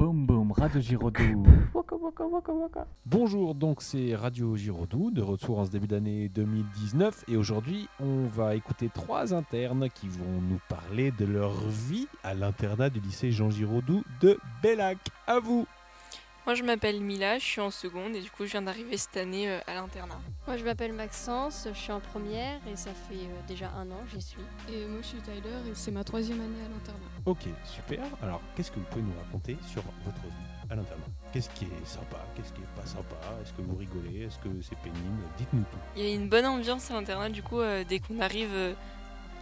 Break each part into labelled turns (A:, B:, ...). A: Guillaume, Radio Giraudoux. Waka, waka, waka, waka.
B: Bonjour, donc c'est Radio Giraudoux, de retour en ce début d'année 2019. Et aujourd'hui, on va écouter trois internes qui vont nous parler de leur vie à l'internat du lycée Jean Giraudoux de Bellac. À vous
C: Moi, je m'appelle Mila, je suis en seconde et du coup, je viens d'arriver cette année euh, à l'internat.
D: Moi je m'appelle Maxence, je suis en première et ça fait euh, déjà un an j'y suis.
E: Et moi je suis Tyler et c'est ma troisième année à l'internat.
B: Ok, super. Alors, qu'est-ce que vous pouvez nous raconter sur votre vie à l'internat Qu'est-ce qui est sympa Qu'est-ce qui est pas sympa Est-ce que vous rigolez Est-ce que c'est pénible Dites-nous tout.
C: Il y a une bonne ambiance à l'internat, du coup, euh, dès qu'on arrive, euh,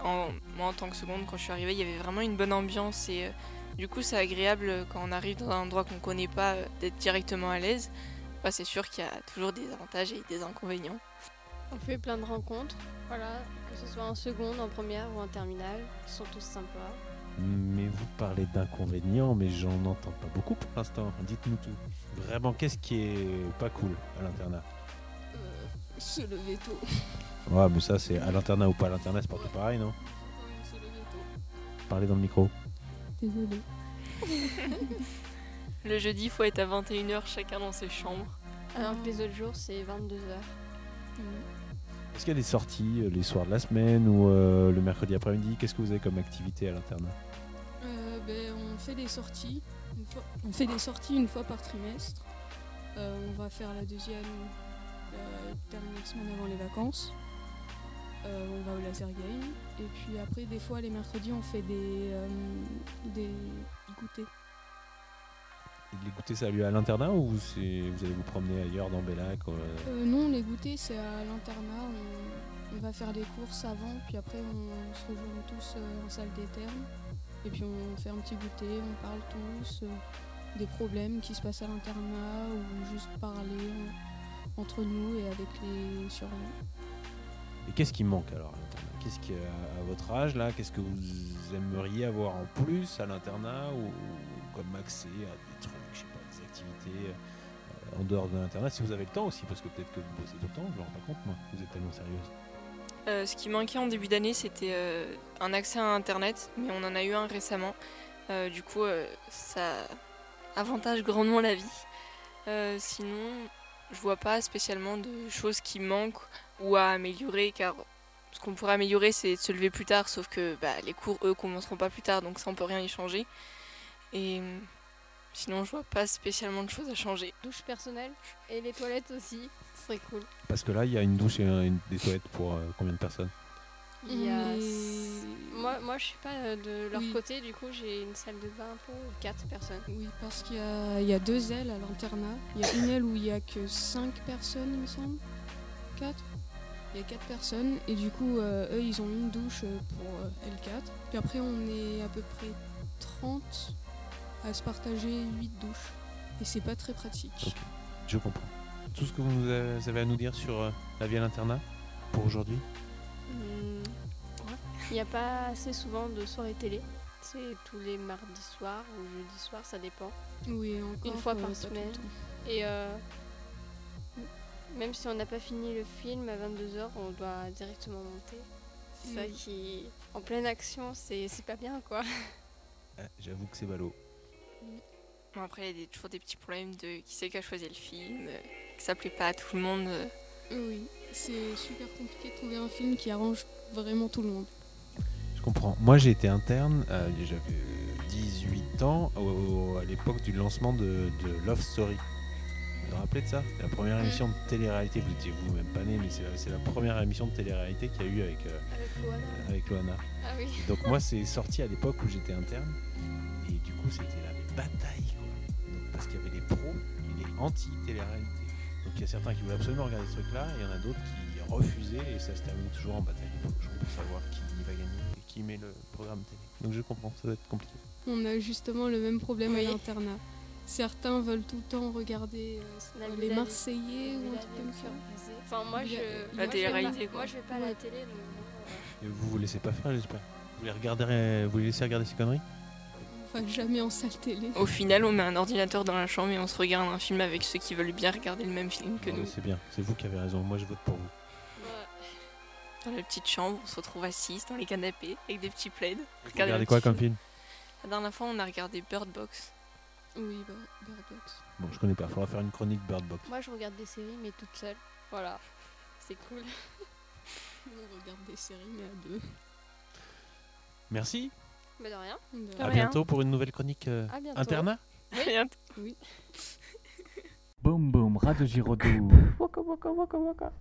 C: en, moi en tant que seconde, quand je suis arrivée, il y avait vraiment une bonne ambiance et euh, du coup, c'est agréable euh, quand on arrive dans un endroit qu'on connaît pas euh, d'être directement à l'aise. Enfin, c'est sûr qu'il y a toujours des avantages et des inconvénients.
D: On fait plein de rencontres, voilà, que ce soit en seconde, en première ou en terminale, ils sont tous sympas.
B: Mais vous parlez d'inconvénients, mais j'en entends pas beaucoup pour l'instant. Dites-nous tout. Vraiment, qu'est-ce qui est pas cool à l'internat
E: Euh, se lever tôt.
B: Ouais, mais ça, c'est à l'internat ou pas à l'internat, c'est pas tout pareil, non
E: Ouais, se lever tôt.
B: Parlez dans le micro.
E: Désolé.
C: Le jeudi, il faut être à 21h chacun dans ses chambres.
D: Alors que les autres jours c'est 22h.
B: Est-ce qu'il y a des sorties euh, les soirs de la semaine ou euh, le mercredi après-midi Qu'est-ce que vous avez comme activité à l'internat
E: Euh, ben, on fait des sorties. Une fois, on fait des sorties une fois par trimestre. Euh, on va faire la deuxième euh, la dernière semaine avant les vacances. Euh, on va au laser game. Et puis après, des fois, les mercredis, on fait des, euh, des goûters.
B: Et Les goûters, ça a lieu à l'internat ou c'est- vous allez vous promener ailleurs dans Bellac euh,
E: Euh, non, les goûters, c'est à l'internat. On, on va faire des courses avant, puis après, on se rejoint tous euh, en salle des termes. Et puis, on fait un petit goûter, on parle tous euh, des problèmes qui se passent à l'internat ou juste parler euh, entre nous et avec les surveillants.
B: Et qu'est-ce qui manque alors à l'internat Qu'est-ce qui, euh, à votre âge, là, qu'est-ce que vous aimeriez avoir en plus à l'internat ou, ou comme accès à des trucs, je sais pas, des activités euh, en dehors de l'internat Si vous avez le temps aussi, parce que peut-être que vous bossez tout le temps, je me rends pas compte, moi. Vous êtes tellement sérieuse.
C: Euh, ce qui manquait en début d'année, c'était euh, un accès à Internet, mais on en a eu un récemment. Euh, du coup, euh, ça avantage grandement la vie. Euh, sinon, je vois pas spécialement de choses qui manquent ou à améliorer, car ce qu'on pourrait améliorer, c'est de se lever plus tard, sauf que bah, les cours, eux, commenceront pas plus tard, donc ça, on peut rien y changer. Et euh, sinon, je vois pas spécialement de choses à changer.
D: Douche personnelle et les toilettes aussi, ce serait cool.
B: Parce que là, il y a une douche et un- une- des toilettes pour euh, combien de personnes
D: Il y a
E: Mais-
D: s- Moi, moi je suis pas euh, de leur
E: Oui.
D: côté, du coup j'ai une salle de bain pour 4 personnes.
E: Oui, parce qu'il y, a- il y a deux ailes à l'internat. Il y a une aile où il n'y a que cinq personnes, il me semble. Quatre Il y a quatre personnes. Et du coup, euh, eux, ils ont une douche euh, pour euh, L4. Puis après, on est à peu près 30 à se partager 8 douches. Et c'est pas très pratique.
B: Je comprends. Tout ce que vous avez à nous dire sur euh, la vie à l'internat pour aujourd'hui
D: Hmm, ouais. Il n'y a pas assez souvent de soirées télé. C'est tous les mardis soirs ou jeudi soir, ça dépend.
E: Oui, encore. euh,
D: Une fois par
E: pas tout le
D: semaine.
E: temps.
D: Et euh, même si on n'a pas fini le film à 22h, on doit directement monter. C'est ça
E: Mm.
D: qui, en pleine action, c'est c'est pas bien quoi.
B: Ah, J'avoue que c'est ballot.
C: Bon, après, il y a des- toujours des petits problèmes de qui c'est qui a choisi le film, euh, que ça plaît pas à tout le monde. euh,
E: Oui, c'est super compliqué de trouver un film qui arrange vraiment tout le monde.
B: Je comprends. Moi, j'ai été interne, euh, j'avais 18 ans, au- au- à l'époque du lancement de, de Love Story. Vous vous rappelez de ça La première émission de télé-réalité, vous étiez vous même pas né, mais c'est la- c'est la première émission de télé-réalité qu'il y a eu avec, euh, avec Loana.
D: Ah oui.
B: Donc moi, c'est sorti à l'époque où j'étais interne. Et du coup, c'était la bataille, quoi. Donc, parce qu'il y avait les pros et les anti-télé-réalité. Donc il y a certains qui voulaient absolument regarder ce truc-là, et il y en a d'autres qui refusaient, et ça se termine toujours en bataille de bouche pour savoir qui va gagner et qui met le programme télé. Donc je comprends, ça doit être compliqué.
E: On a justement le même problème
C: Oui.
E: à l'internat. Certains veulent tout le temps regarder euh, c'est
D: La
E: quoi,
D: Villa
E: les
D: des-
E: Marseillais ou un truc comme ça.
D: Enfin, moi je.
E: La-
D: moi,
E: la
D: je vais
C: télé-réalité,
D: pas-
C: quoi.
D: Moi je vais pas à la
E: Ouais.
D: télé donc. euh, bon,
B: Et vous vous laissez pas faire, j'espère. Vous les regardez, vous les laissez regarder ces conneries
E: Enfin, jamais en salle télé.
C: Au final, on met un ordinateur dans la chambre et on se regarde un film avec ceux qui veulent bien regarder le même film que
B: Ah Non, mais
C: nous.
B: C'est bien, c'est vous qui avez raison. Moi je vote pour vous.
D: euh, ouais.
C: Dans la petite chambre, on se retrouve assis dans les canapés avec des petits plaids.
B: Vous
C: Regardez un
B: regardez
C: petit
B: quoi comme
C: film.
B: film
C: La dernière fois, on a regardé Bird Box.
E: Oui, bah, Bird Box.
B: Bon, je connais pas, il faudra faire une chronique Bird Box.
D: Moi, je regarde des séries, mais toute seule. Voilà. C'est cool.
E: On regarde des séries, mais à deux.
B: Merci,
D: Mais Bah, de rien.
E: De-
B: à
C: rien.
B: bientôt pour une nouvelle chronique euh,
D: À bientôt.
B: internat.
C: Rien.
A: Boum boum, rat de Giraudoux. Waka waka waka waka.